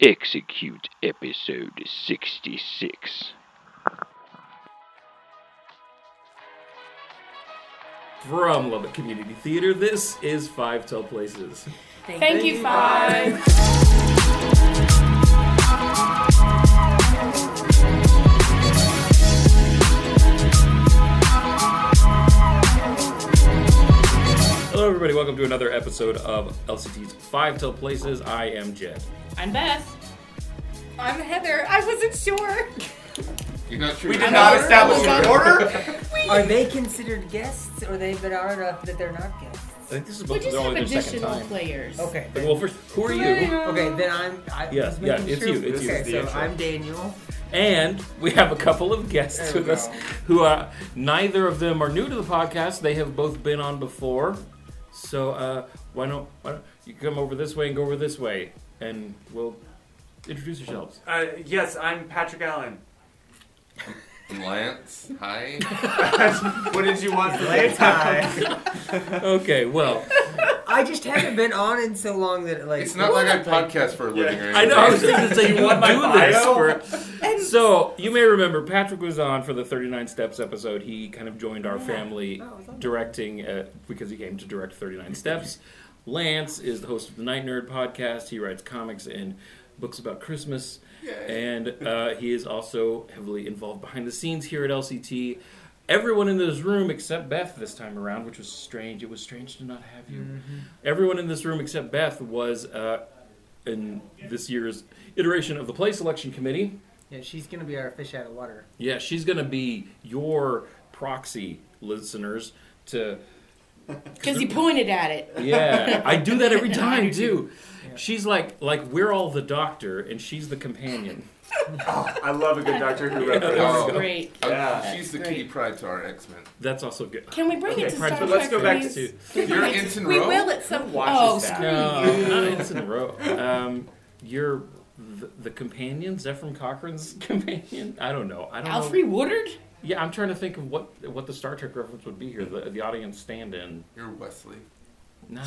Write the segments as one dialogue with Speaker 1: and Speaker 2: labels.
Speaker 1: Execute episode 66.
Speaker 2: From Lubbock Community Theater, this is Five Tell Places.
Speaker 3: Thank you, five.
Speaker 2: Hello, everybody. Welcome to another episode of LCT's Five Tell Places. I am Jed.
Speaker 3: I'm Beth. I'm Heather. I wasn't sure.
Speaker 4: You're not sure.
Speaker 2: We did
Speaker 5: not establish
Speaker 4: an order.
Speaker 5: Are they considered guests, or they've been hard enough that they're not guests?
Speaker 2: I think this is
Speaker 3: We
Speaker 2: both
Speaker 3: just
Speaker 2: only
Speaker 3: have
Speaker 2: their second
Speaker 3: additional
Speaker 2: time.
Speaker 3: players.
Speaker 5: Okay. then-
Speaker 2: Well, first, who are you?
Speaker 5: Okay, then I'm. I,
Speaker 2: Yeah,
Speaker 5: just
Speaker 2: yeah,
Speaker 5: making
Speaker 2: it's
Speaker 5: sure.
Speaker 2: you, it's you,
Speaker 5: okay,
Speaker 2: it's the
Speaker 5: so
Speaker 2: intro.
Speaker 5: I'm Daniel.
Speaker 2: And we have a couple of guests
Speaker 5: There we
Speaker 2: with
Speaker 5: go.
Speaker 2: us who are neither of them are new to the podcast. They have both been on before. So uh, why don't why don't you come over this way and go over this way, and we'll introduce yourselves.
Speaker 6: Uh, yes, I'm Patrick Allen.
Speaker 4: Lance, hi.
Speaker 6: What did you want?
Speaker 5: Lance, hi.
Speaker 2: Okay, well,
Speaker 5: I just haven't been on in so long that like.
Speaker 4: It's not like I podcast for a living or
Speaker 2: I know. I was
Speaker 4: anything.
Speaker 2: just going to say you want to do this
Speaker 6: bio?
Speaker 2: for So you may remember Patrick was on for the 39 Steps episode. He kind of joined our family directing uh because he came to direct 39 Steps. Lance is the host of the Night Nerd podcast. He writes comics and books about Christmas, and uh, he is also heavily involved behind the scenes here at LCT. Everyone in this room except Beth this time around, which was strange. It was strange to not have you. Everyone in this room except Beth was uh, in this year's iteration of the Play Selection Committee.
Speaker 5: Yeah, she's gonna be our fish out of water.
Speaker 2: Yeah, she's going to be your proxy listeners to
Speaker 3: Because he pointed at it.
Speaker 2: yeah. I do that every time too. She's like like we're all the doctor and she's the companion.
Speaker 6: I love a good Doctor Who
Speaker 2: Yeah.
Speaker 6: reference.
Speaker 4: Oh.
Speaker 3: Great.
Speaker 4: I-
Speaker 6: Yeah.
Speaker 4: She's the
Speaker 3: Great.
Speaker 4: key pride to our X Men.
Speaker 2: That's also good.
Speaker 3: Can we bring it to
Speaker 2: Pride
Speaker 3: Star
Speaker 2: Fest.
Speaker 6: Let's
Speaker 3: Trek,
Speaker 6: go back
Speaker 3: please?
Speaker 6: to-
Speaker 4: You're Ensign
Speaker 3: We
Speaker 4: Rowe?
Speaker 3: will at some point.
Speaker 6: watches
Speaker 3: Oh,
Speaker 6: that?
Speaker 3: screw
Speaker 2: No, not it's in a row. Um, you're the, the companion, Zephram Cochrane's companion. I don't know. I don't know.
Speaker 3: Alfred Woodard?
Speaker 2: Yeah, I'm trying to think of what what the Star Trek reference would be here. The the audience stand-in.
Speaker 4: You're Wesley.
Speaker 2: No.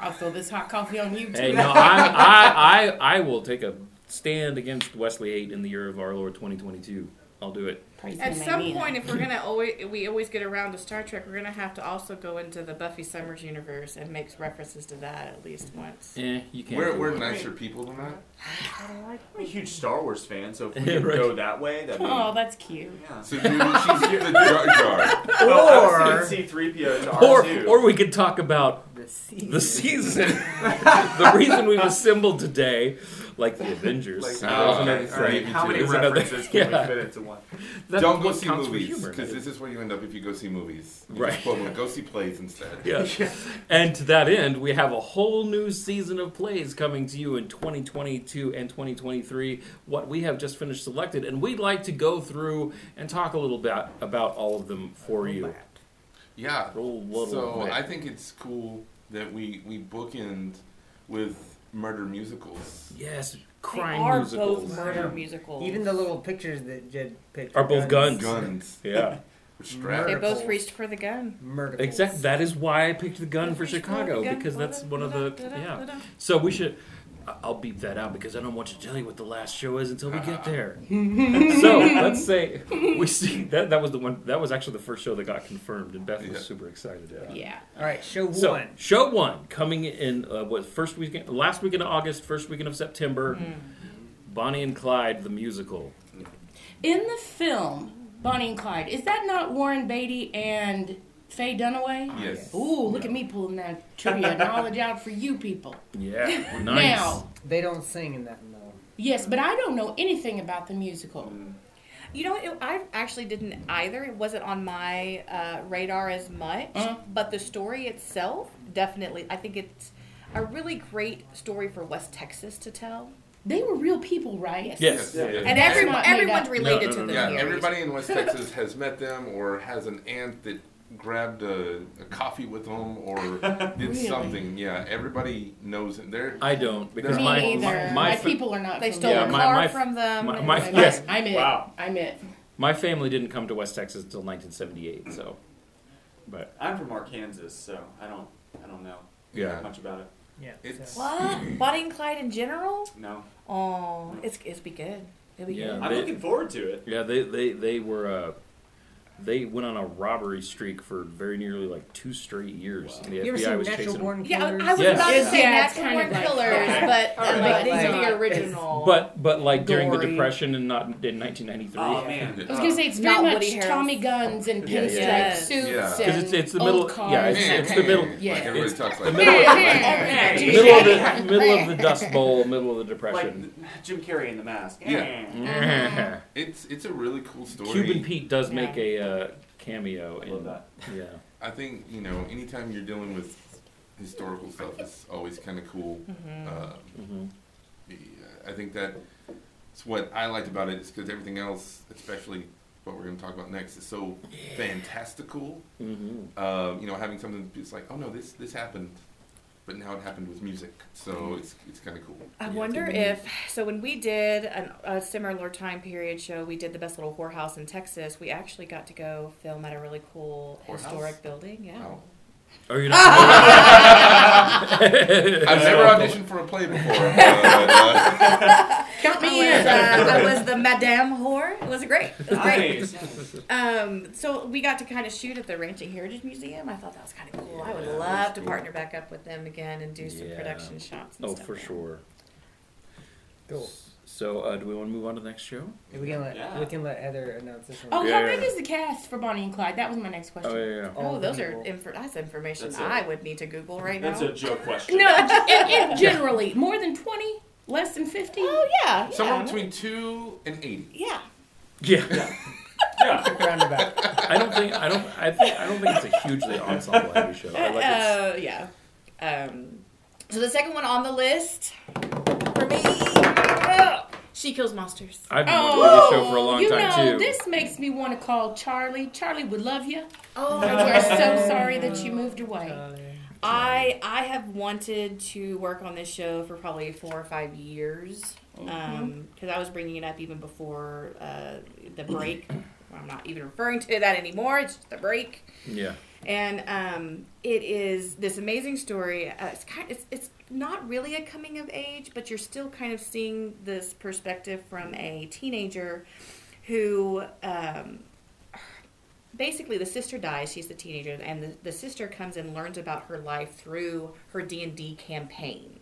Speaker 3: I'll throw this hot coffee on you, too.
Speaker 2: Hey, no, I, I, I, I will take a stand against Wesley Eight in the year of our Lord 2022. I'll do it.
Speaker 3: Praise
Speaker 7: At
Speaker 3: him,
Speaker 7: some
Speaker 3: amen.
Speaker 7: point, if we're gonna always we always get around to Star Trek, we're gonna have to also go into the Buffy Summers universe and make references to that at least once.
Speaker 2: Eh, you can't.
Speaker 4: We're,
Speaker 2: do
Speaker 4: we're
Speaker 2: it.
Speaker 4: nicer people than that.
Speaker 6: I'm a huge Star Wars fan, so if we
Speaker 2: Right.
Speaker 6: could go that way, that'd be.
Speaker 7: Oh, that's cute.
Speaker 6: yeah.
Speaker 4: So you, she's the Jar Jar.
Speaker 6: Well,
Speaker 5: Or-
Speaker 6: I've seen C-3PO to
Speaker 2: Or,
Speaker 6: R2.
Speaker 2: or we could talk about
Speaker 5: The sea.
Speaker 2: the season, the reason we've assembled today, like the Avengers.
Speaker 4: Like,
Speaker 2: Uh,
Speaker 4: okay,
Speaker 2: another
Speaker 6: All right,
Speaker 2: thing.
Speaker 6: how many
Speaker 2: There's another-
Speaker 6: references can
Speaker 2: yeah.
Speaker 6: we fit into one?
Speaker 2: That's
Speaker 4: Don't go
Speaker 2: what
Speaker 4: see
Speaker 2: counts for
Speaker 4: movies
Speaker 2: humor,
Speaker 4: because
Speaker 2: man.
Speaker 4: this is where you end up if you go see movies. You just
Speaker 2: Right.
Speaker 4: quote them, go see plays instead.
Speaker 2: Yeah. And to that end, we have a whole new season of plays coming to you in 2022 and 2023. What we have just finished selected, and we'd like to go through and talk a little bit about all of them for you.
Speaker 4: Yeah.
Speaker 2: Roll little
Speaker 4: So
Speaker 2: bit.
Speaker 4: I think it's cool that we we bookend with murder musicals.
Speaker 2: Yes,
Speaker 3: They
Speaker 2: crime
Speaker 3: are
Speaker 2: musicals
Speaker 3: both murder
Speaker 4: Yeah.
Speaker 3: musicals.
Speaker 5: Even the little pictures that Jed picked
Speaker 2: are both guns.
Speaker 4: Guns.
Speaker 2: Yeah,
Speaker 4: Which strap.
Speaker 7: They both
Speaker 5: Murderfuls.
Speaker 7: reached for the gun.
Speaker 5: Murder.
Speaker 2: exactly. That is why I picked the gun for
Speaker 7: Reached
Speaker 2: Chicago
Speaker 7: the gun.
Speaker 2: because that's one of the yeah. So we should. I- I'll beep that out because I don't want you to tell you what the last show is until we get there. so let's say we see that that was the one that was actually the first show that got confirmed, and Beth
Speaker 4: Yeah.
Speaker 2: was super excited.
Speaker 3: Yeah.
Speaker 5: All right, show
Speaker 2: So
Speaker 5: one.
Speaker 2: show one coming in uh, what first weekend last weekend of August, first weekend of September.
Speaker 3: Mm.
Speaker 2: Bonnie and Clyde the musical.
Speaker 3: In the film, Bonnie and Clyde, is that not Warren Beatty and Faye Dunaway?
Speaker 4: Yes.
Speaker 3: Ooh, look at me pulling that trivia knowledge out for you people.
Speaker 2: Yeah, nice.
Speaker 3: Now,
Speaker 5: They don't sing in that no.
Speaker 3: yes, but I don't know anything about the musical.
Speaker 7: You know, it, I actually didn't either. It wasn't on my uh, radar as much,
Speaker 2: Uh-huh.
Speaker 7: but the story itself definitely. I think it's a really great story for West Texas to tell,
Speaker 3: They were real people, right?
Speaker 2: Yes.
Speaker 6: Yeah.
Speaker 2: yeah.
Speaker 7: and
Speaker 3: That's
Speaker 7: every,
Speaker 3: not made
Speaker 7: everyone's
Speaker 3: up.
Speaker 7: related
Speaker 2: No, no,
Speaker 7: to
Speaker 2: no,
Speaker 7: them.
Speaker 4: Yeah,
Speaker 7: here.
Speaker 4: everybody in West Texas has met them or has an aunt that grabbed a, a coffee with them or did
Speaker 3: Really?
Speaker 4: something. Yeah, everybody knows them. They're
Speaker 2: I don't because
Speaker 3: Me
Speaker 2: my,
Speaker 3: neither.
Speaker 2: my
Speaker 3: My,
Speaker 2: my fa-
Speaker 3: people are not.
Speaker 7: They
Speaker 3: from
Speaker 7: stole
Speaker 2: Yeah,
Speaker 7: a
Speaker 3: there.
Speaker 2: my-
Speaker 7: car
Speaker 2: my-
Speaker 7: from them.
Speaker 2: my- my-
Speaker 3: I'm
Speaker 2: yes.
Speaker 3: it. I'm it.
Speaker 6: Wow.
Speaker 3: I'm it.
Speaker 2: my family didn't come to West Texas until 1978. So, but
Speaker 6: I'm from Arkansas, so I don't, I don't know
Speaker 4: Yeah.
Speaker 6: much about it.
Speaker 8: Yeah.
Speaker 4: It's-
Speaker 8: so-
Speaker 7: What? Bonnie and Clyde in general?
Speaker 6: No.
Speaker 7: Oh, it's it's be good. It'll be
Speaker 2: Yeah.
Speaker 6: I'm
Speaker 2: They-
Speaker 6: looking forward to it.
Speaker 2: Yeah, they they they were uh, they went on a robbery streak for very nearly like two straight years. And the
Speaker 5: You ever
Speaker 2: FBI
Speaker 5: seen
Speaker 2: was
Speaker 5: Natural
Speaker 2: chasing.
Speaker 5: Born
Speaker 7: good. Yeah,
Speaker 5: Killers?
Speaker 7: I, I was
Speaker 2: Yes.
Speaker 7: about to
Speaker 2: Yeah.
Speaker 7: say
Speaker 3: Yeah, it's
Speaker 7: Natural Born
Speaker 3: kind of like
Speaker 7: Killers,
Speaker 3: that.
Speaker 7: but uh,
Speaker 5: Alright,
Speaker 7: like, these
Speaker 5: like-
Speaker 7: are the original.
Speaker 2: But but like during the
Speaker 7: Gory.
Speaker 2: depression and not in 1993.
Speaker 6: Oh man.
Speaker 3: I was gonna say it's
Speaker 7: Not
Speaker 3: very much
Speaker 7: Woody Harrelson.
Speaker 3: Tommy guns and
Speaker 2: Yeah, yeah.
Speaker 3: pinstripe
Speaker 7: Yes.
Speaker 3: suits
Speaker 4: Yeah. 'Cause
Speaker 2: Because it's,
Speaker 3: and
Speaker 2: it's the
Speaker 3: old
Speaker 2: middle.
Speaker 3: cars.
Speaker 2: Yeah, it's, it's the middle.
Speaker 4: Like
Speaker 3: Yeah.
Speaker 4: everybody
Speaker 2: It's
Speaker 4: talks
Speaker 2: The
Speaker 4: like
Speaker 2: middle,
Speaker 4: that.
Speaker 2: of, middle of the middle of the Dust Bowl, middle of the
Speaker 6: Like
Speaker 2: Depression.
Speaker 6: Jim Carrey in the mask.
Speaker 4: Yeah.
Speaker 2: uh-huh.
Speaker 4: It's it's a really cool story.
Speaker 2: Cuban Pete does make a uh, cameo in
Speaker 6: Love that.
Speaker 2: Yeah,
Speaker 4: I think you know, anytime you're dealing with historical stuff, it's always kind of cool.
Speaker 7: Mm-hmm.
Speaker 4: Uh, the- uh, I think that's what I liked about it is because everything else, especially what we're going to talk about next, is so fantastical.
Speaker 2: hmm
Speaker 4: Um, you know, having something that's like, oh no, this this happened, but now it happened with music, so it's it's kind of cool.
Speaker 7: I wonder if so. When we did an, a similar time period show, we did the best little whorehouse in Texas. We actually got to go film at a really cool
Speaker 4: Whorehouse?
Speaker 7: historic building. Yeah.
Speaker 4: Wow.
Speaker 2: Are you Oh, not?
Speaker 4: I've never auditioned for a play before. but, uh,
Speaker 7: Count me in. Uh, I was the Madame Whore. It was great. It was great.
Speaker 6: Nice.
Speaker 7: Um, so we got to kind of shoot at the Ranching Heritage Museum. I thought that was kind of cool. I would
Speaker 4: Yeah,
Speaker 7: love
Speaker 4: that's
Speaker 7: to
Speaker 4: cool.
Speaker 7: partner back up with them again and do some
Speaker 2: Yeah.
Speaker 7: production shots. And
Speaker 2: oh,
Speaker 7: stuff
Speaker 2: for
Speaker 7: there.
Speaker 2: sure.
Speaker 8: Cool.
Speaker 2: So, uh, do we want to move on to the next show?
Speaker 5: We can let
Speaker 6: Yeah.
Speaker 5: we can let Heather announce this one.
Speaker 3: Oh,
Speaker 2: Yeah.
Speaker 3: how big is the cast for Bonnie and Clyde? That was my next question.
Speaker 2: Oh yeah,
Speaker 5: All
Speaker 7: Oh,
Speaker 5: the
Speaker 7: those are
Speaker 5: people.
Speaker 7: infor- that's information
Speaker 6: That's a-
Speaker 7: I would need to Google right
Speaker 6: That's
Speaker 7: now.
Speaker 6: a joke question.
Speaker 3: No, in, in generally more than twenty, less than fifty.
Speaker 7: oh yeah, yeah.
Speaker 4: somewhere between two and eighty.
Speaker 7: yeah.
Speaker 2: yeah. Yeah,
Speaker 6: Yeah.
Speaker 5: roundabout.
Speaker 2: I don't think I don't I think I don't think it's a hugely ensemble heavy show. I like it's,
Speaker 7: Uh, yeah. Um, so the second one on the list for me, she kills monsters.
Speaker 2: I've been wanting to do this show for a long
Speaker 3: you
Speaker 2: time
Speaker 3: know,
Speaker 2: too.
Speaker 3: this makes me want to call Charlie. Charlie would love you. Oh, we're so sorry that you moved away.
Speaker 2: Uh,
Speaker 7: I I have wanted to work on this show for probably four or five years because I was bringing it up even before uh, the break. I'm not even referring to that anymore. It's just the break.
Speaker 2: yeah,
Speaker 7: and um, it is this amazing story. Uh, it's kind, it's, it's not really a coming of age, but you're still kind of seeing this perspective from a teenager who um, basically the sister dies. She's the teenager, and the, the sister comes and learns about her life through her D and D campaign.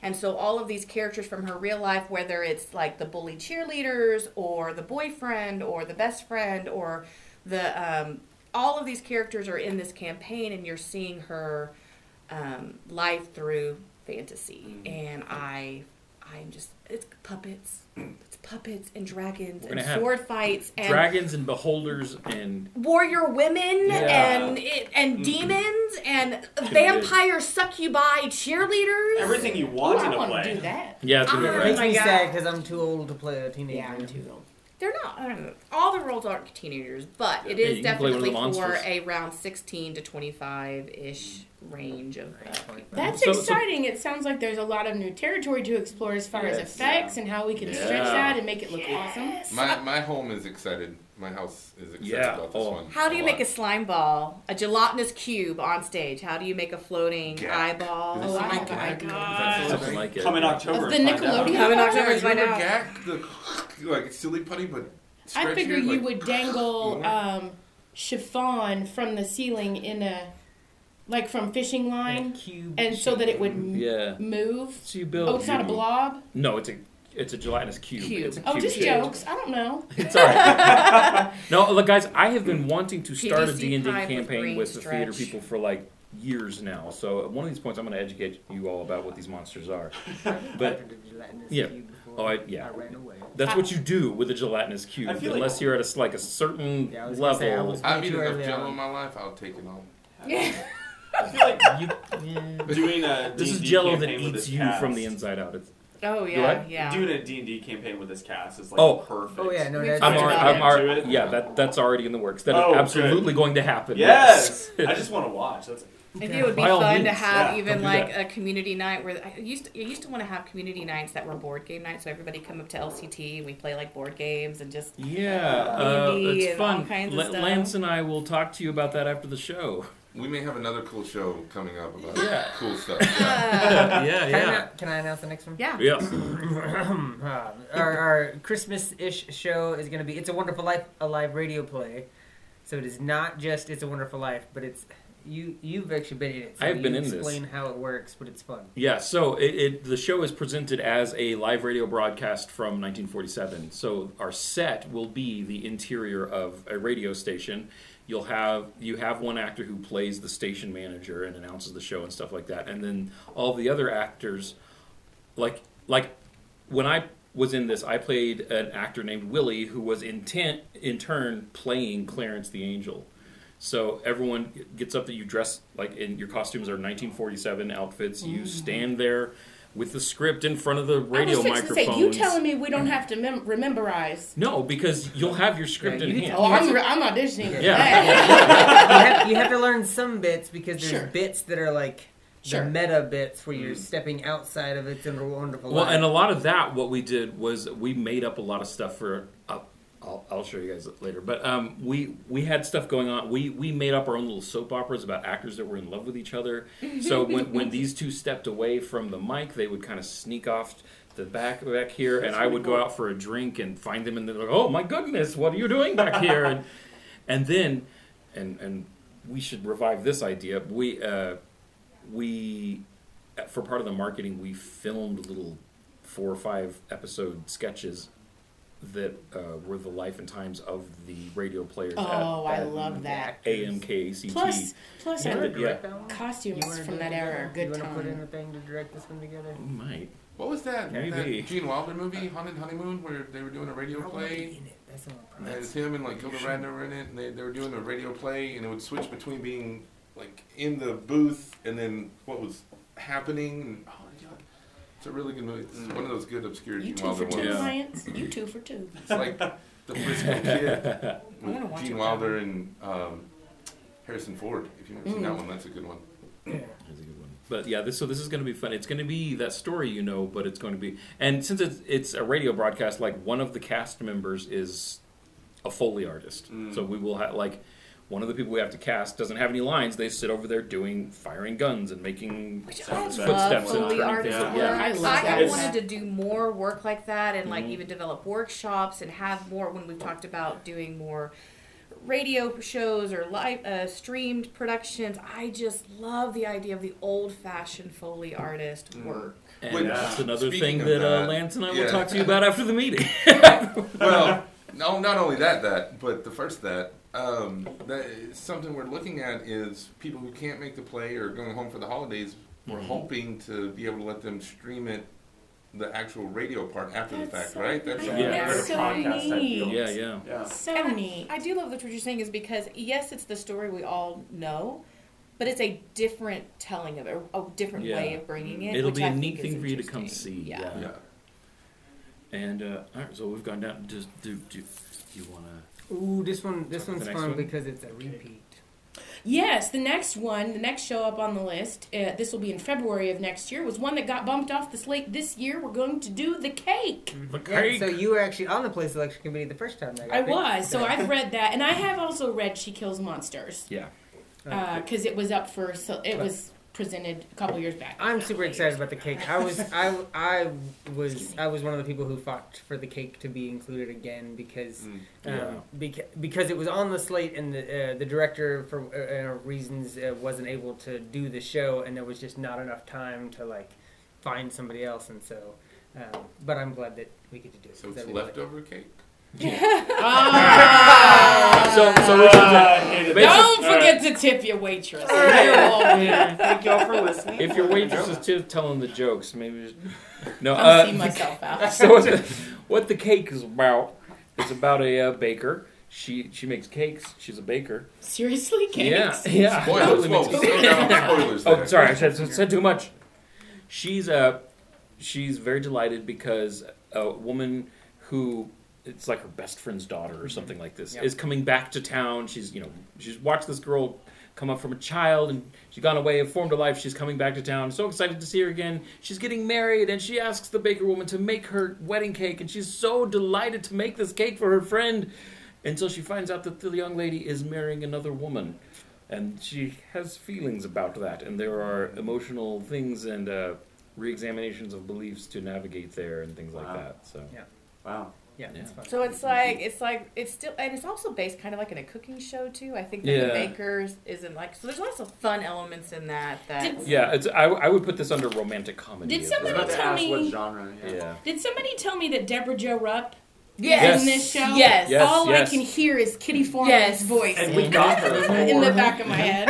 Speaker 7: And so all of these characters from her real life, whether it's like the bully cheerleaders or the boyfriend or the best friend or the um, all of these characters are in this campaign, and you're seeing her um, life through fantasy.
Speaker 2: Mm-hmm.
Speaker 7: And I, I'm just it's puppets, it's puppets and dragons
Speaker 2: Mm. We're
Speaker 7: and
Speaker 2: gonna have
Speaker 7: sword fights and
Speaker 2: dragons and beholders and
Speaker 7: warrior women
Speaker 2: Yeah. Mm-hmm.
Speaker 7: and and demons and vampire succubi cheerleaders.
Speaker 6: Everything you
Speaker 3: Ooh,
Speaker 6: want in
Speaker 3: Oh, I
Speaker 6: a
Speaker 3: want
Speaker 6: play.
Speaker 3: to do that.
Speaker 2: yeah, it's gonna be
Speaker 7: Oh
Speaker 2: great.
Speaker 5: Makes
Speaker 7: my
Speaker 5: me
Speaker 7: God.
Speaker 5: sad because I'm too old to play a teenager. Yeah,
Speaker 7: They're not. I don't know. All the roles aren't teenagers, but it
Speaker 2: Yeah,
Speaker 7: is
Speaker 2: you can play one of the
Speaker 7: definitely for
Speaker 2: monsters.
Speaker 7: a round sixteen to twenty five ish range of. Uh,
Speaker 3: That's
Speaker 2: So- so-
Speaker 3: exciting. it sounds like there's a lot of new territory to explore as far as
Speaker 6: Yes.
Speaker 3: effects and how we can stretch
Speaker 2: Yeah.
Speaker 3: that and make it look awesome.
Speaker 4: My my home is excited. My house is excited
Speaker 2: Yeah.
Speaker 4: about this
Speaker 2: Oh.
Speaker 4: one.
Speaker 7: how do you
Speaker 4: lot.
Speaker 7: make a slime ball, a gelatinous cube on stage? How do you make a floating
Speaker 4: Gag.
Speaker 7: eyeball?
Speaker 4: Is
Speaker 3: Oh,
Speaker 4: it
Speaker 3: I
Speaker 4: something
Speaker 3: have an idea.
Speaker 4: gag? Is that
Speaker 2: Something
Speaker 4: something?
Speaker 2: like it.
Speaker 6: Come in October.
Speaker 3: Of the
Speaker 6: and find out.
Speaker 3: Nickelodeon cartoon?
Speaker 7: Coming October,
Speaker 4: Yeah, you
Speaker 7: find
Speaker 4: remember
Speaker 7: out.
Speaker 4: Gak, the like silly putty, but
Speaker 3: I
Speaker 4: stretchier,
Speaker 3: figure you
Speaker 4: like-
Speaker 3: would dangle um, chiffon from the ceiling in a, like from fishing line, and so that it would m-
Speaker 2: Yeah.
Speaker 3: move.
Speaker 2: So you build.
Speaker 3: Oh, it's not a blob.
Speaker 2: No, it's a it's a gelatinous cube.
Speaker 7: Cube.
Speaker 2: It's a
Speaker 3: Oh,
Speaker 2: cube
Speaker 3: just
Speaker 2: shape.
Speaker 3: jokes. I don't know.
Speaker 2: It's all right. no, look, guys, I have been wanting to start
Speaker 7: PVC
Speaker 2: d a D&D
Speaker 7: pipe with
Speaker 2: campaign
Speaker 7: green
Speaker 2: with the theater
Speaker 7: stretch.
Speaker 2: people for like years now. So at one of these points, I'm going to educate you all about what these monsters are. But Yeah. Oh, I- yeah.
Speaker 5: I ran away.
Speaker 2: that's what you do with a gelatinous cube,
Speaker 6: I feel like-
Speaker 2: unless you're at a, like a certain
Speaker 5: Yeah, I was gonna
Speaker 2: level.
Speaker 5: say, I was-
Speaker 4: I've eaten
Speaker 5: Too
Speaker 4: enough
Speaker 5: early
Speaker 4: jello
Speaker 5: on.
Speaker 4: in my life. I'll take it all.
Speaker 6: I feel like
Speaker 2: You-
Speaker 6: doing a
Speaker 2: this is
Speaker 6: D&D
Speaker 2: Jello that
Speaker 6: campaign with
Speaker 2: eats
Speaker 6: this
Speaker 2: you
Speaker 6: cast-
Speaker 2: from the inside out. It's,
Speaker 7: Oh
Speaker 2: I?
Speaker 7: yeah, yeah.
Speaker 6: Doing a D&D campaign with this cast is like
Speaker 2: Oh.
Speaker 6: perfect.
Speaker 5: Oh yeah, no,
Speaker 7: We
Speaker 5: that's
Speaker 2: I'm
Speaker 7: Right
Speaker 2: already,
Speaker 7: about
Speaker 2: I'm
Speaker 7: it.
Speaker 2: already,
Speaker 6: Do it.
Speaker 2: yeah, that that's already in the works. That is
Speaker 6: Oh, good.
Speaker 2: absolutely going to happen.
Speaker 6: Yes. I just want to watch. That's
Speaker 7: I think it would be
Speaker 2: By all
Speaker 7: fun to
Speaker 2: means,
Speaker 7: have
Speaker 2: yeah,
Speaker 7: even
Speaker 2: don't do
Speaker 7: like
Speaker 2: that.
Speaker 7: a community night where I used to, I used to want to have community nights that were board game nights, so everybody come up to LCT and we play like board games and just
Speaker 2: Yeah, uh,
Speaker 7: D&D
Speaker 2: it's
Speaker 7: and
Speaker 2: fun.
Speaker 7: all kinds of
Speaker 2: La-
Speaker 7: stuff.
Speaker 2: Lance and I will talk to you about that after the show.
Speaker 4: we may have another cool show coming up about
Speaker 2: Yeah.
Speaker 4: cool stuff. Yeah.
Speaker 2: yeah,
Speaker 5: Can, I,
Speaker 2: yeah.
Speaker 5: annou- can I announce the next one?
Speaker 7: Yeah.
Speaker 2: Yeah.
Speaker 5: Uh, our, our Christmas-ish show is going to be "It's a Wonderful Life" a live radio play. So it is not just "It's a Wonderful Life," but it's you. You've actually been in it. So
Speaker 2: I have been
Speaker 5: you
Speaker 2: in this.
Speaker 5: Explain how it works, but it's fun.
Speaker 2: Yeah, so it, it, the show is presented as a live radio broadcast from 1947. So our set will be the interior of a radio station. You'll have you have one actor who plays the station manager and announces the show and stuff like that, and then all the other actors, like like when I was in this, I played an actor named Willie who was intent in turn playing Clarence the Angel. So everyone gets up that you dress like in your costumes are 1947 outfits. You stand there with the script in front of the radio
Speaker 3: Mm-hmm. I was fixing to
Speaker 2: microphone.
Speaker 3: say, you telling me we don't have to mem- rememberize?
Speaker 2: No, because you'll have your script
Speaker 5: Yeah,
Speaker 2: in
Speaker 5: you
Speaker 2: hand.
Speaker 3: Oh, I'm, re- I'm auditioning for
Speaker 2: Yeah.
Speaker 3: that.
Speaker 5: you, have, you have to learn some bits because there's
Speaker 3: Sure.
Speaker 5: bits that are like
Speaker 3: Sure.
Speaker 5: the meta bits where you're stepping outside of "It's a Wonderful
Speaker 2: Mm. Well,
Speaker 5: Life."
Speaker 2: and a lot of that, what we did was we made up a lot of stuff for. Uh, I'll, I'll show you guys later, but um, we we had stuff going on. We we made up our own little soap operas about actors that were in love with each other. So when, when these two stepped away from the mic, they would kind of sneak off to the back back here, and I would go out for a drink and find them, and they're like, "Oh my goodness, what are you doing back here?" And and then and and we should revive this idea. We uh, we for part of the marketing, we filmed little four or five episode sketches that uh, were the life and times of the radio players
Speaker 3: Oh,
Speaker 2: at,
Speaker 3: I love that.
Speaker 2: AMKCT.
Speaker 3: Plus, plus,
Speaker 2: Yeah,
Speaker 3: I
Speaker 2: but
Speaker 3: think
Speaker 2: yeah.
Speaker 5: You
Speaker 3: costumes
Speaker 5: wanna
Speaker 3: from
Speaker 5: do
Speaker 3: that
Speaker 5: that?
Speaker 3: era are
Speaker 5: you
Speaker 3: good
Speaker 5: wanna put in a
Speaker 3: time.
Speaker 5: thing to direct this one together?
Speaker 2: We might.
Speaker 4: What was that?
Speaker 2: Maybe.
Speaker 4: that Gene Wilder movie, Haunted Honeymoon, where they were doing a radio
Speaker 5: I wanna be
Speaker 4: play?
Speaker 5: in it. That's the one.
Speaker 4: And it's him and like Gilda Radner were in it, and they, they were doing a radio play, and it would switch between being like in the booth and then what was happening. And, oh, yeah. It's a really good movie. It's
Speaker 5: Mm.
Speaker 4: one of those good obscure
Speaker 3: You
Speaker 4: Gene
Speaker 3: two for
Speaker 4: Wilder
Speaker 3: two,
Speaker 4: ones.
Speaker 2: Yeah.
Speaker 3: Lance. You two for two.
Speaker 4: It's like the Frisco Kid
Speaker 5: wanna watch
Speaker 4: with
Speaker 5: it
Speaker 4: Gene
Speaker 5: now.
Speaker 4: Wilder and um, Harrison Ford. If you've never
Speaker 5: Mm.
Speaker 4: seen that one, that's a good one.
Speaker 2: That's a good one. But yeah, this so this is going to be fun. It's going to be that story you know, but it's going to be and since it's it's a radio broadcast, like one of the cast members is a foley artist, so we will have like one of the people we have to cast doesn't have any lines. They sit over there doing firing guns and making sound
Speaker 6: I
Speaker 2: footsteps and
Speaker 7: Foley
Speaker 2: turning
Speaker 7: artist
Speaker 2: things.
Speaker 7: work.
Speaker 2: up. Yeah. Mm-hmm.
Speaker 3: I
Speaker 7: I,
Speaker 3: love that.
Speaker 7: I wanted to do more work like that and like even develop workshops and have more when we've talked about doing more radio shows or live uh, streamed productions. I just love the idea of the old fashioned Foley artist
Speaker 2: Mm.
Speaker 7: work.
Speaker 2: And
Speaker 4: Wait,
Speaker 2: that's another
Speaker 4: speaking
Speaker 2: thing
Speaker 4: of
Speaker 2: that, uh,
Speaker 4: that,
Speaker 2: Lance and I
Speaker 4: yeah.
Speaker 2: will talk to you about after the meeting.
Speaker 4: well, no, not only that, that, but the first that, um, that is something we're looking at is people who can't make the play or going home for the holidays. We're
Speaker 6: Mm-hmm.
Speaker 4: hoping to be able to let them stream it, the actual radio part after the fact, right? That's
Speaker 3: I
Speaker 4: something
Speaker 2: Yeah.
Speaker 3: think
Speaker 2: we're
Speaker 3: That's
Speaker 6: a podcast, I
Speaker 3: so
Speaker 6: feel.
Speaker 3: neat.
Speaker 2: yeah, yeah.
Speaker 6: Yeah.
Speaker 3: So
Speaker 7: And I-
Speaker 3: neat.
Speaker 7: I do love what you're saying is because yes, it's the story we all know, but it's a different telling of it, a different
Speaker 2: Yeah.
Speaker 7: way of bringing
Speaker 3: Mm-hmm.
Speaker 7: it.
Speaker 2: It'll
Speaker 7: which
Speaker 2: be
Speaker 7: I
Speaker 2: a
Speaker 7: think
Speaker 2: neat
Speaker 7: is
Speaker 2: thing for you to come
Speaker 7: interesting.
Speaker 2: see.
Speaker 7: Yeah.
Speaker 2: Yeah.
Speaker 4: Yeah.
Speaker 2: And uh, all right, so we've gone down. Just do do you want to?
Speaker 5: Ooh, this one. This
Speaker 2: The
Speaker 5: one's
Speaker 2: next
Speaker 5: fun
Speaker 2: one?
Speaker 5: because it's a repeat.
Speaker 3: Yes, the next one, the next show up on the list, uh, this will be in February of next year, was one that got bumped off the slate this year. We're going to do the cake.
Speaker 4: Mm-hmm.
Speaker 2: The
Speaker 5: Yeah, so you were actually on the play selection committee the first time. That got
Speaker 3: I
Speaker 5: picked.
Speaker 3: was, so I've read that, and I have also read She Kills Monsters
Speaker 2: yeah.
Speaker 3: because it was up for, so it was presented a couple years back.
Speaker 5: I'm super excited about the cake. I was I I was I was one of the people who fought for the cake to be included again because
Speaker 2: Mm, Yeah.
Speaker 5: um, beca- because it was on the slate and the uh, the director for uh, uh, reasons uh, wasn't able to do the show and there was just not enough time to like find somebody else and so um, but I'm glad that we get to do it.
Speaker 4: So
Speaker 5: 'cause
Speaker 4: it's
Speaker 5: I really like
Speaker 4: leftover cake.
Speaker 2: So, so Richard's at-
Speaker 6: I hated that.
Speaker 3: Don't forget to tip your waitress.
Speaker 6: Thank y'all for listening.
Speaker 2: if your waitress is too telling the jokes, maybe just, no.
Speaker 3: I'll see
Speaker 2: Uh,
Speaker 3: myself out.
Speaker 2: so what the, what the cake is about is about a uh, baker. She she makes cakes. She's a baker.
Speaker 3: Seriously, cakes?
Speaker 2: Yeah, yeah.
Speaker 4: Spoilers.
Speaker 2: Totally
Speaker 4: Whoa,
Speaker 2: makes-
Speaker 4: slow down on spoilers there.
Speaker 2: Oh, sorry, I said, said too much. She's uh, she's very delighted because a woman who it's like her best friend's daughter or something like this
Speaker 5: Yep.
Speaker 2: is coming back to town. She's you know she's watched this girl come up from a child and she's gone away and formed a life. She's coming back to town. So excited to see her again. She's getting married and she asks the baker woman to make her wedding cake and she's so delighted to make this cake for her friend until she finds out that the young lady is marrying another woman. and she has feelings about that, and there are emotional things and uh, re-examinations of beliefs to navigate there and things like
Speaker 6: Wow.
Speaker 2: that. So
Speaker 5: Yeah.
Speaker 6: Wow.
Speaker 5: Yeah, it's fun.
Speaker 7: So it's like it's like it's still and it's also based kind of like in a cooking show too. I think that
Speaker 2: Yeah.
Speaker 7: the bakers isn't like so. There's lots of fun elements in that. That
Speaker 3: Did-
Speaker 2: yeah, it's I, I would put this under romantic comedy.
Speaker 3: Did
Speaker 2: as
Speaker 6: I was
Speaker 3: somebody
Speaker 2: well.
Speaker 6: about to
Speaker 3: Tell
Speaker 6: ask what
Speaker 3: me-
Speaker 6: genre. Yeah.
Speaker 2: Yeah.
Speaker 3: Did somebody tell me that Deborah Jo Rupp
Speaker 2: Yes.
Speaker 3: is in this show?
Speaker 7: Yes.
Speaker 2: Yes,
Speaker 3: All
Speaker 2: yes.
Speaker 3: I can hear is Kitty Foreman's
Speaker 7: Yes.
Speaker 3: voice
Speaker 6: And we got her.
Speaker 3: in the back of my head.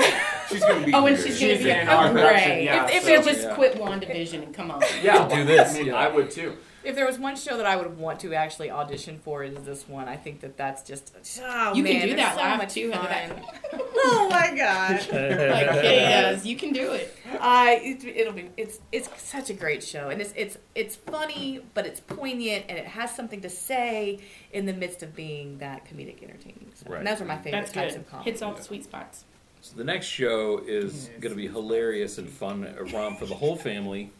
Speaker 4: She's gonna be
Speaker 3: Oh, and
Speaker 4: here.
Speaker 3: she's
Speaker 6: She's
Speaker 3: gonna be
Speaker 6: in our
Speaker 3: oh,
Speaker 6: production,
Speaker 3: great.
Speaker 6: yeah,
Speaker 3: if if
Speaker 6: so-
Speaker 3: it was
Speaker 2: Yeah.
Speaker 3: quit WandaVision and come on.
Speaker 6: Yeah,
Speaker 2: do
Speaker 6: well,
Speaker 2: this,
Speaker 6: I mean,
Speaker 2: yeah.
Speaker 6: I would too.
Speaker 7: if there was one show that I would want to actually audition for is this one. I think that that's just oh,
Speaker 3: You can
Speaker 7: man,
Speaker 3: do
Speaker 7: there's
Speaker 3: that
Speaker 7: so
Speaker 3: live,
Speaker 7: much
Speaker 3: too, under that-
Speaker 7: fun. oh my god.
Speaker 3: Like, yes, you can do it.
Speaker 7: I it, it'll be it's it's such a great show and it's it's it's funny but it's poignant and it has something to say in the midst of being that comedic entertaining. So,
Speaker 2: Right.
Speaker 7: And those are my favorite
Speaker 3: That's
Speaker 7: types
Speaker 3: good.
Speaker 7: of comedy.
Speaker 3: Hits all the sweet spots.
Speaker 2: So the next show is
Speaker 5: Yes.
Speaker 2: going to be hilarious and fun, a romp for the whole family.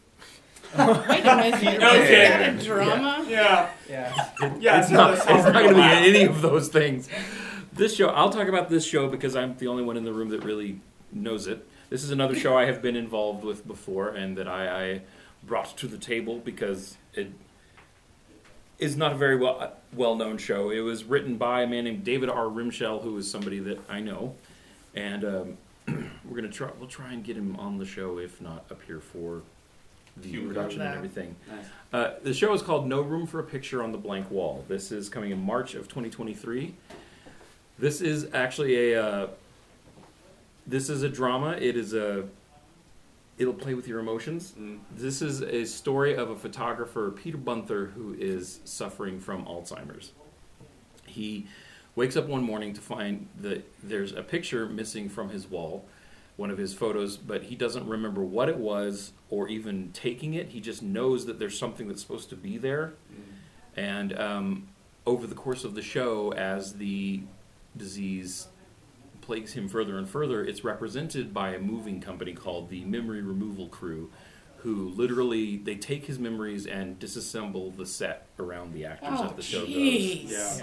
Speaker 3: Wait a minute. Is
Speaker 6: Okay.
Speaker 3: that a drama?
Speaker 6: Yeah.
Speaker 5: Yeah.
Speaker 6: Yeah.
Speaker 2: it's not, it's not going to be
Speaker 6: any.
Speaker 2: any of those things. This show, I'll talk about this show because I'm the only one in the room that really knows it. This is another show I have been involved with before and that I, I brought to the table because it is not a very well well known show. It was written by a man named David R. Rimshell, who is somebody that I know, and um, we're gonna try. We'll try and get him on the show, if not up here for the
Speaker 4: Humor.
Speaker 2: production and
Speaker 7: Yeah.
Speaker 2: everything.
Speaker 6: Nice.
Speaker 2: Uh, the show is called No Room for a Picture on the Blank Wall. This is coming in March of 2023. This is actually a. Uh, this is a drama. It is a. It'll play with your emotions. This is a story of a photographer, Peter Bunther, who is suffering from Alzheimer's. He wakes up one morning to find that there's a picture missing from his wall, one of his photos, but he doesn't remember what it was or even taking it. He just knows that there's something that's supposed to be there. And um, over the course of the show, as the disease plagues him further and further, it's represented by a moving company called the Memory Removal Crew, who literally they take his memories and disassemble the set around the actors
Speaker 3: Oh,
Speaker 2: as the show
Speaker 3: jeez.
Speaker 6: Yeah.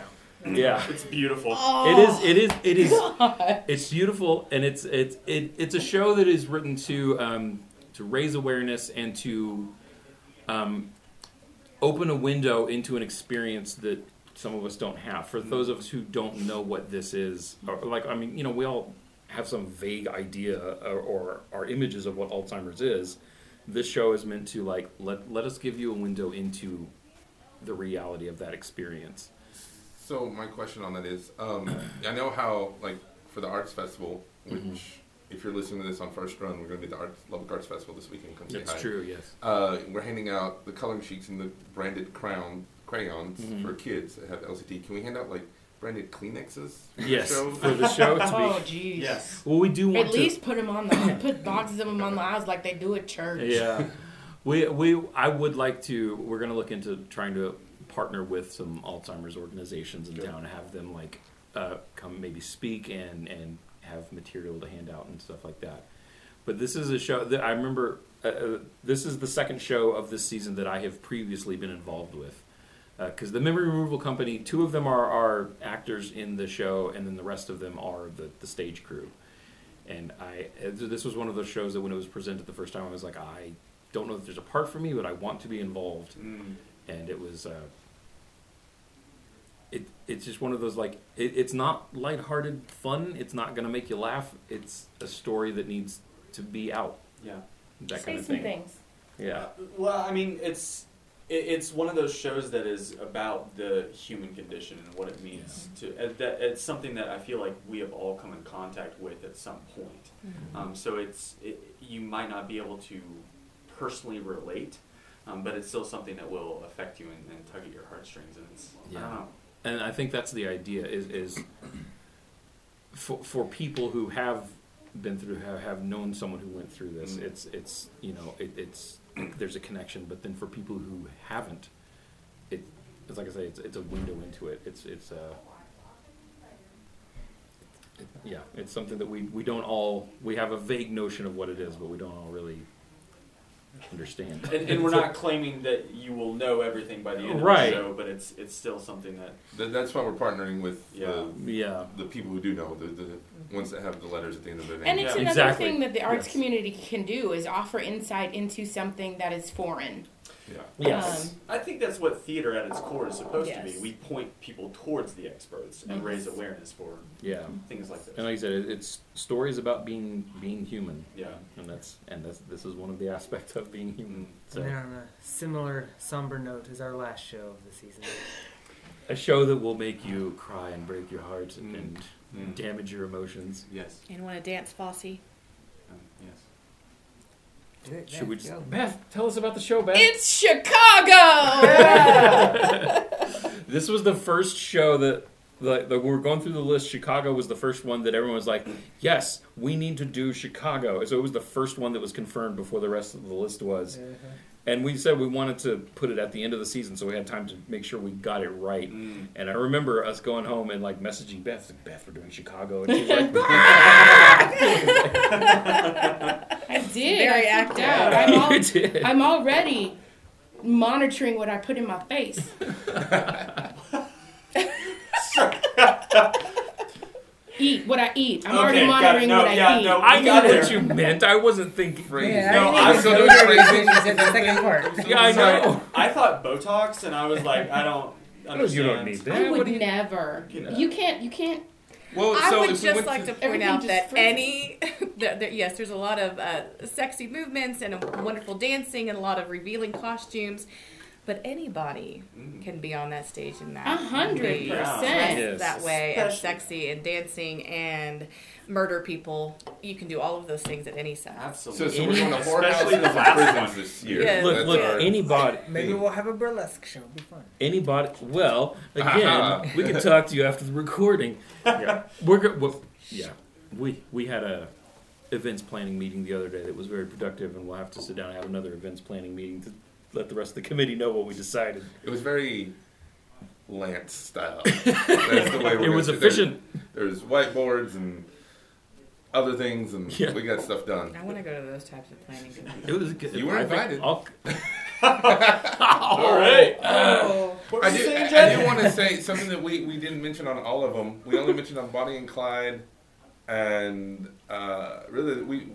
Speaker 2: goes. Yeah.
Speaker 6: It's beautiful.
Speaker 2: It is. It is. It is. It's beautiful, and it's it's it, it's a show that is written to um, to raise awareness and to um, open a window into an experience that some of us don't have. For those of us who don't know what this is, or like I mean, you know, we all have some vague idea or, or our images of what Alzheimer's is. This show is meant to like let let us give you a window into the reality of that experience.
Speaker 4: So my question on that is, um, I know how like for the arts festival, which
Speaker 2: Mm-hmm.
Speaker 4: if you're listening to this on first run, we're going to be at the Arts, Lubbock Arts Festival this weekend. Come say
Speaker 2: That's
Speaker 4: hi.
Speaker 2: true. Yes.
Speaker 4: Uh, we're handing out the coloring sheets and the branded crown crayons
Speaker 2: Mm-hmm.
Speaker 4: for kids that have LCD. Can we hand out like branded Kleenexes? for the
Speaker 2: Yes,
Speaker 4: show?
Speaker 2: for the show
Speaker 3: Oh,
Speaker 2: to
Speaker 3: jeez.
Speaker 6: Yes.
Speaker 2: be. Well, we do want
Speaker 3: At
Speaker 2: to.
Speaker 3: least put them on the put boxes of them on the eyes like they do at church.
Speaker 2: yeah, we we I would like to. We're gonna look into trying to partner with some Alzheimer's organizations in town and have them like uh, come maybe speak and and have material to hand out and stuff like that. But this is a show that I remember. Uh, uh, this is the second show of this season that I have previously been involved with. Because the memory removal company, two of them are, are actors in the show, and then the rest of them are the, the stage crew. And I, uh, this was one of those shows that when it was presented the first time, I was like, I don't know if there's a part for me, but I want to be involved. And it was, uh, it, it's just one of those like, it, it's not lighthearted fun. It's not going to make you laugh. It's a story that needs to be out.
Speaker 6: Yeah.
Speaker 2: That
Speaker 3: Say
Speaker 2: kind of
Speaker 3: some
Speaker 2: thing.
Speaker 3: things.
Speaker 2: Yeah.
Speaker 6: Well, I mean, it's it, it's one of those shows that is about the human condition and what it means to. and That it's something that I feel like we have all come in contact with at some point.
Speaker 2: Mm-hmm.
Speaker 6: Um, so it's it, you might not be able to personally relate. Um, but it's still something that will affect you and, and tug at your heartstrings, and it's I
Speaker 2: Yeah.
Speaker 6: don't know.
Speaker 2: and I think that's the idea is is for for people who have been through have, have known someone who went through this
Speaker 6: Mm.
Speaker 2: it's it's you know it, it's there's a connection but then for people who haven't it it's like I say it's it's a window into it it's it's uh it, yeah it's something that we we don't all we have a vague notion of what it is but we don't all really understand
Speaker 6: And, and we're not claiming that you will know everything by the end of
Speaker 2: Right.
Speaker 6: the show, but it's it's still something that
Speaker 4: Th- that's why we're partnering with
Speaker 6: Yeah.
Speaker 4: the,
Speaker 2: yeah
Speaker 4: the people who do know the, the ones that have the letters at the end of their name.
Speaker 3: And it's
Speaker 6: Yeah.
Speaker 3: another
Speaker 2: Exactly.
Speaker 3: thing that the arts
Speaker 4: Yes.
Speaker 3: community can do is offer insight into something that is foreign.
Speaker 4: yeah.
Speaker 2: Yes.
Speaker 3: Um,
Speaker 6: I think that's what theater at its core is supposed to
Speaker 7: Yes.
Speaker 6: be. We point people towards the experts and raise awareness for
Speaker 2: yeah.
Speaker 6: things like this.
Speaker 2: And like you said, it- it's stories about being being human,
Speaker 6: yeah.
Speaker 2: and that's and that's this is one of the aspects of being human.
Speaker 5: And
Speaker 2: So
Speaker 5: then on a similar somber note is our last show of the season.
Speaker 2: a show that will make you cry and break your heart and
Speaker 6: Mm.
Speaker 2: damage your emotions.
Speaker 6: Yes.
Speaker 7: And want to dance, Fosse?
Speaker 6: Um, yes.
Speaker 2: Should we just Beth? Tell us about the show, Beth.
Speaker 3: It's Chicago.
Speaker 2: This was the first show that like the, we're going through the list. Chicago was the first one that everyone was like, "Yes, we need to do Chicago." So it was the first one that was confirmed before the rest of the list was. And we said we wanted to put it at the end of the season, so we had time to make sure we got it right. And I remember us going home and like messaging Beth, like, "Beth, we're doing Chicago," and she's like,
Speaker 3: I did.
Speaker 7: Very
Speaker 3: I freaked
Speaker 7: accurate.
Speaker 3: out. I'm,
Speaker 2: "You
Speaker 3: all,
Speaker 2: did."
Speaker 3: I'm already monitoring what I put in my face. eat what I eat. I'm already
Speaker 6: Okay, got it.
Speaker 3: monitoring
Speaker 6: No,
Speaker 3: what I
Speaker 6: yeah,
Speaker 3: eat.
Speaker 6: no.
Speaker 2: I
Speaker 6: got
Speaker 2: knew what
Speaker 6: there.
Speaker 2: you meant. I wasn't thinking.
Speaker 4: Phrase.
Speaker 6: No,
Speaker 4: I
Speaker 6: I'm
Speaker 4: was gonna
Speaker 6: so
Speaker 4: do phrasing.
Speaker 5: You said the second part.
Speaker 2: Yeah, I
Speaker 6: Sorry.
Speaker 2: know.
Speaker 6: I thought Botox, and I was like, I don't understand.
Speaker 2: You don't need that.
Speaker 3: I
Speaker 2: What
Speaker 3: would
Speaker 2: do you-
Speaker 3: never.
Speaker 6: You
Speaker 3: You,
Speaker 6: know.
Speaker 3: can't. You can't.
Speaker 4: Well, so
Speaker 7: I would
Speaker 4: if we
Speaker 7: just
Speaker 4: went
Speaker 7: like
Speaker 4: to,
Speaker 7: to, point
Speaker 3: Everything
Speaker 7: out
Speaker 3: just
Speaker 7: that
Speaker 3: freezes.
Speaker 7: any, there, there, yes, there's a lot of uh, sexy movements and a wonderful dancing and a lot of revealing costumes, but anybody
Speaker 4: Mm.
Speaker 7: can be on that stage in that.
Speaker 3: A hundred
Speaker 7: be
Speaker 6: Yeah.
Speaker 3: percent.
Speaker 2: Yes.
Speaker 7: That way, and
Speaker 6: Especially-
Speaker 7: sexy and dancing and murder people. You can do all of those things at any size.
Speaker 4: so,
Speaker 6: Absolutely.
Speaker 4: so we're going to
Speaker 6: Especially
Speaker 4: whorehouses
Speaker 6: the
Speaker 4: and
Speaker 6: last
Speaker 4: prisons
Speaker 6: one.
Speaker 4: this year.
Speaker 7: Yeah.
Speaker 2: Look,
Speaker 4: That's
Speaker 2: look,
Speaker 4: our-
Speaker 2: anybody.
Speaker 5: Maybe we'll have a burlesque show. It'll be fun.
Speaker 2: anybody well
Speaker 4: Ah.
Speaker 2: again we can talk to you after the recording yeah. we're go- well, yeah we we had a events planning meeting the other day that was very productive and we'll have to sit down and have another events planning meeting to let the rest of the committee know what we decided
Speaker 4: It was very Lance style. That's the way we're
Speaker 2: it
Speaker 4: gonna
Speaker 2: was
Speaker 4: do- there-
Speaker 2: efficient
Speaker 4: There's whiteboards and other things, and
Speaker 2: Yeah.
Speaker 4: we got stuff done.
Speaker 7: I want to go to those types of planning.
Speaker 2: it was good
Speaker 4: You were
Speaker 2: I think
Speaker 4: invited.
Speaker 2: I'll-
Speaker 6: All right. What were
Speaker 4: I
Speaker 6: you
Speaker 4: do,
Speaker 6: saying,
Speaker 4: I, I
Speaker 6: Jen?
Speaker 4: do want to say something that we, we didn't mention on all of them. We only mentioned on Bonnie and Clyde, and uh, really we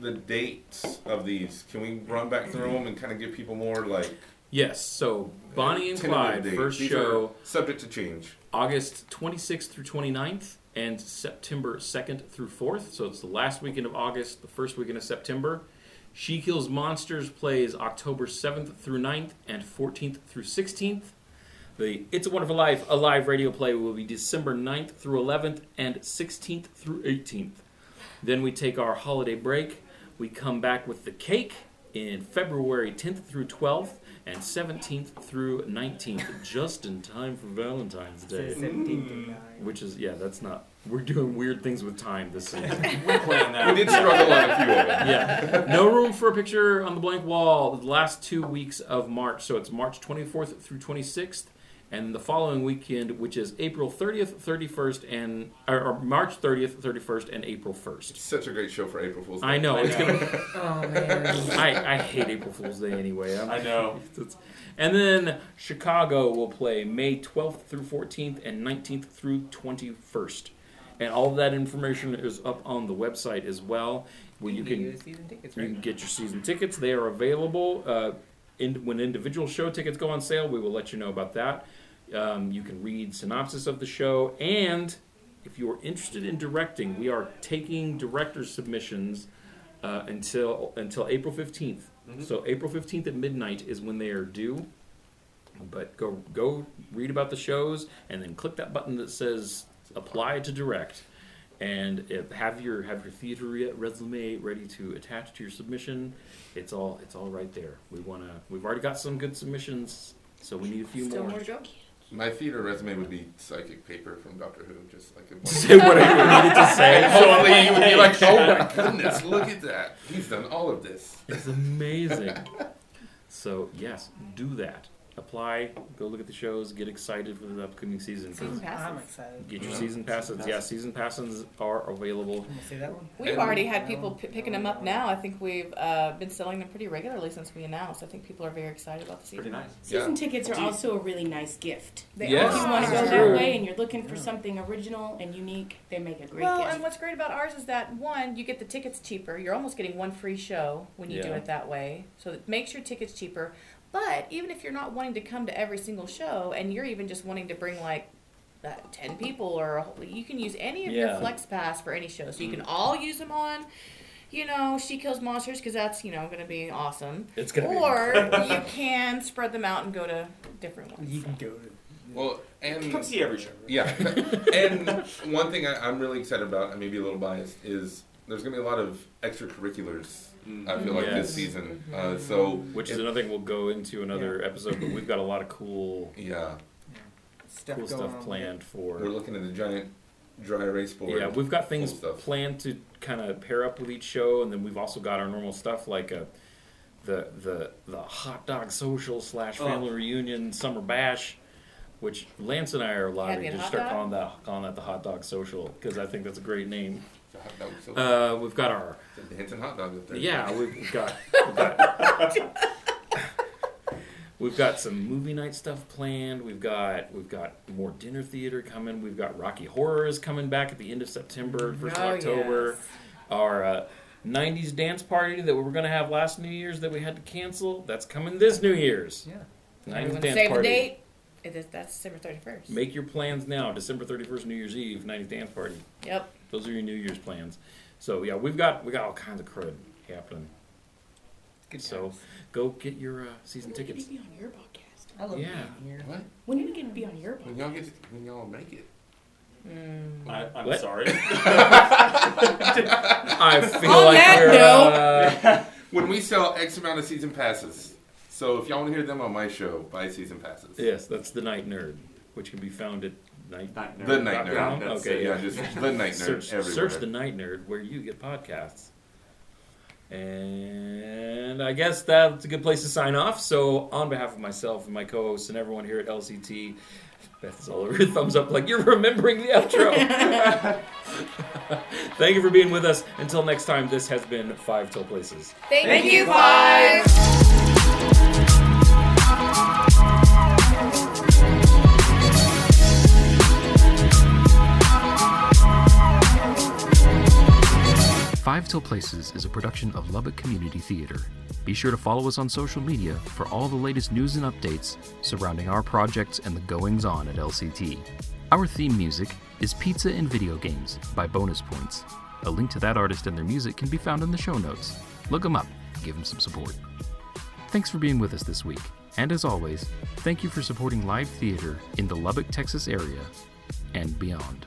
Speaker 4: the dates of these. Can we run back through them and kind of give people more like
Speaker 2: yes so bonnie and
Speaker 4: tentative
Speaker 2: clyde
Speaker 4: dates?
Speaker 2: first
Speaker 4: These
Speaker 2: show
Speaker 4: are subject to change.
Speaker 2: August 26th through 29th and September 2nd through 4th. So it's the last weekend of August, the first weekend of September. She Kills Monsters plays October 7th through 9th and 14th through 16th. The It's a Wonderful Life, a live radio play will be December 9th through 11th and 16th through 18th. Then we take our holiday break. We come back with the cake in February 10th through 12th and 17th through 19th, just in time for Valentine's
Speaker 5: So
Speaker 2: Day.
Speaker 5: 17 to 9.
Speaker 2: Which is yeah, that's not. We're doing weird things with time this season.
Speaker 6: We're playing that.
Speaker 4: We did struggle on a few of them.
Speaker 2: yeah, no room for a picture on the blank wall. The last two weeks of March, so it's March 24th through 26th, and the following weekend, which is April 30th, 31st, and or, or March 30th, 31st, and April 1st.
Speaker 4: Such a great show for April Fool's. Day.
Speaker 2: I know it's gonna.
Speaker 5: Oh man.
Speaker 2: I, I hate April Fool's Day anyway. I'm-
Speaker 6: I know.
Speaker 2: It's- and then Chicago will play May 12th through 14th and 19th through 21st. And all of that information is up on the website as well, where you can
Speaker 5: get the season tickets
Speaker 2: you
Speaker 5: right
Speaker 2: can get your season tickets. They are available. Uh, in, when individual show tickets go on sale, we will let you know about that. Um, you can read synopsis of the show, and if you are interested in directing, we are taking director submissions uh, until until April 15th So April fifteenth at midnight is when they are due. But go go read about the shows, and then click that button that says apply to direct and if, have your have your theater re- resume ready to attach to your submission. It's all it's all right there. We wanna we've already got some good submissions, so we need a few
Speaker 7: Still
Speaker 2: more.
Speaker 7: more to go.
Speaker 4: My theater resume would be psychic paper from Doctor Who, just like it was.
Speaker 2: Say whatever you needed to say.
Speaker 4: Hopefully, you would be like, "Oh my goodness, look at that! He's done all of this."
Speaker 2: It's amazing. So yes, do that. apply, go look at the shows, get excited for the upcoming season.
Speaker 7: Season
Speaker 5: I'm
Speaker 7: passes.
Speaker 5: excited.
Speaker 2: Get your season passes. Yeah, season passes are available.
Speaker 5: Can we see that one?
Speaker 7: We've already had people p- picking them up now. I think we've uh, been selling them pretty regularly since we announced. I think people are very excited about the season.
Speaker 6: Pretty nice.
Speaker 3: Season tickets are also a really nice gift. They
Speaker 2: Yes,
Speaker 3: if you want to
Speaker 2: this
Speaker 3: go
Speaker 2: is
Speaker 3: that
Speaker 2: true.
Speaker 3: way and you're looking for something original and unique, they make a great
Speaker 7: Well,
Speaker 3: gift.
Speaker 7: and what's great about ours is that one, you get the tickets cheaper. You're almost getting one free show when you do
Speaker 2: Yeah.
Speaker 7: it that way. So it makes your tickets cheaper. But even if you're not wanting to come to every single show, and you're even just wanting to bring like uh, ten people, or a whole, you can use any of
Speaker 2: Yeah. Mm.
Speaker 7: your flex pass for any show, so you can all use them on. You know, she kills monsters because that's you know going to be awesome.
Speaker 2: It's gonna
Speaker 7: Or you can spread them out and go to different ones.
Speaker 5: You can go to.
Speaker 4: Well, and
Speaker 6: Come see every show.
Speaker 4: Yeah, and one thing I, I'm really excited about, I may be a little biased, is there's going to be a lot of extracurriculars. I feel like
Speaker 2: Yes.
Speaker 4: this season,
Speaker 6: Mm-hmm.
Speaker 4: uh, so
Speaker 2: be, which is
Speaker 4: it-
Speaker 2: another thing we'll go into another episode. But we've got a lot of cool,
Speaker 4: yeah,
Speaker 5: Stuff
Speaker 2: cool
Speaker 5: going on
Speaker 2: stuff
Speaker 5: with
Speaker 2: planned
Speaker 4: we're
Speaker 2: for.
Speaker 4: looking at a giant dry erase board.
Speaker 2: Yeah, we've got things
Speaker 4: Cool stuff.
Speaker 2: planned to kind of pair up with each show, and then we've also got our normal stuff like uh the the the hot dog social slash
Speaker 7: Oh.
Speaker 2: family reunion summer bash. Which Lance and I are allowed
Speaker 7: Happy
Speaker 2: to
Speaker 7: and
Speaker 2: just
Speaker 7: hot
Speaker 2: start
Speaker 7: dog?
Speaker 2: calling that calling that the hot dog social because I think that's a great name.
Speaker 4: that was so
Speaker 2: Uh, we've got our
Speaker 4: the Hinton hot dog up there.
Speaker 2: Yeah, we've got we've got, we've got some movie night stuff planned. We've got we've got more dinner theater coming. We've got Rocky Horrors coming back at the end of September, first
Speaker 7: Oh,
Speaker 2: of October.
Speaker 7: yes.
Speaker 2: Our uh, '90s dance party that we were going to have last New Year's that we had to cancel. That's coming this New Year's.
Speaker 5: Yeah.
Speaker 2: '90s
Speaker 7: Everyone
Speaker 2: dance
Speaker 7: save
Speaker 2: party.
Speaker 7: the date. It is, that's December thirty first.
Speaker 2: Make your plans now. December 31st, New Year's Eve, '90s dance party.
Speaker 7: Yep.
Speaker 2: Those are your New Year's plans. So yeah, we've got we got all kinds of crud happening.
Speaker 5: Good
Speaker 2: So go get your uh, season
Speaker 3: when did he
Speaker 2: tickets.
Speaker 3: be on your podcast?
Speaker 5: I love
Speaker 2: Yeah.
Speaker 5: being here.
Speaker 4: What?
Speaker 3: When did he get to be on your
Speaker 4: When
Speaker 3: podcast?
Speaker 4: y'all get, when y'all make it.
Speaker 6: I, I'm
Speaker 2: What?
Speaker 6: sorry.
Speaker 2: I feel
Speaker 3: On that
Speaker 2: we're, uh,
Speaker 4: When we sell X amount of season passes. So if y'all want to hear them on my show, buy season passes.
Speaker 2: yes, that's the Night Nerd, which can be found at night.
Speaker 6: Night nerd.
Speaker 4: The Night
Speaker 2: Yeah,
Speaker 4: Nerd.
Speaker 6: That's
Speaker 2: okay,
Speaker 6: it.
Speaker 4: Yeah, just the Night Nerd
Speaker 2: Search,
Speaker 4: everywhere.
Speaker 2: search the Night Nerd where you get podcasts. And I guess that's a good place to sign off. So on behalf of myself and my co-hosts and everyone here at LCT, Beth's all over her thumbs up like you're remembering the outro. Thank you for being with us. Until next time, this has been Five Till Places.
Speaker 7: Thank, you, five.
Speaker 9: Five Till Places is a production of Lubbock Community Theater. Be sure to follow us on social media for all the latest news and updates surrounding our projects and the goings on at LCT. Our theme music is Pizza and Video Games by Bonus Points. A link to that artist and their music can be found in the show notes. Look them up, give them some support. Thanks for being with us this week, and as always, thank you for supporting live theater in the Lubbock, Texas area and beyond.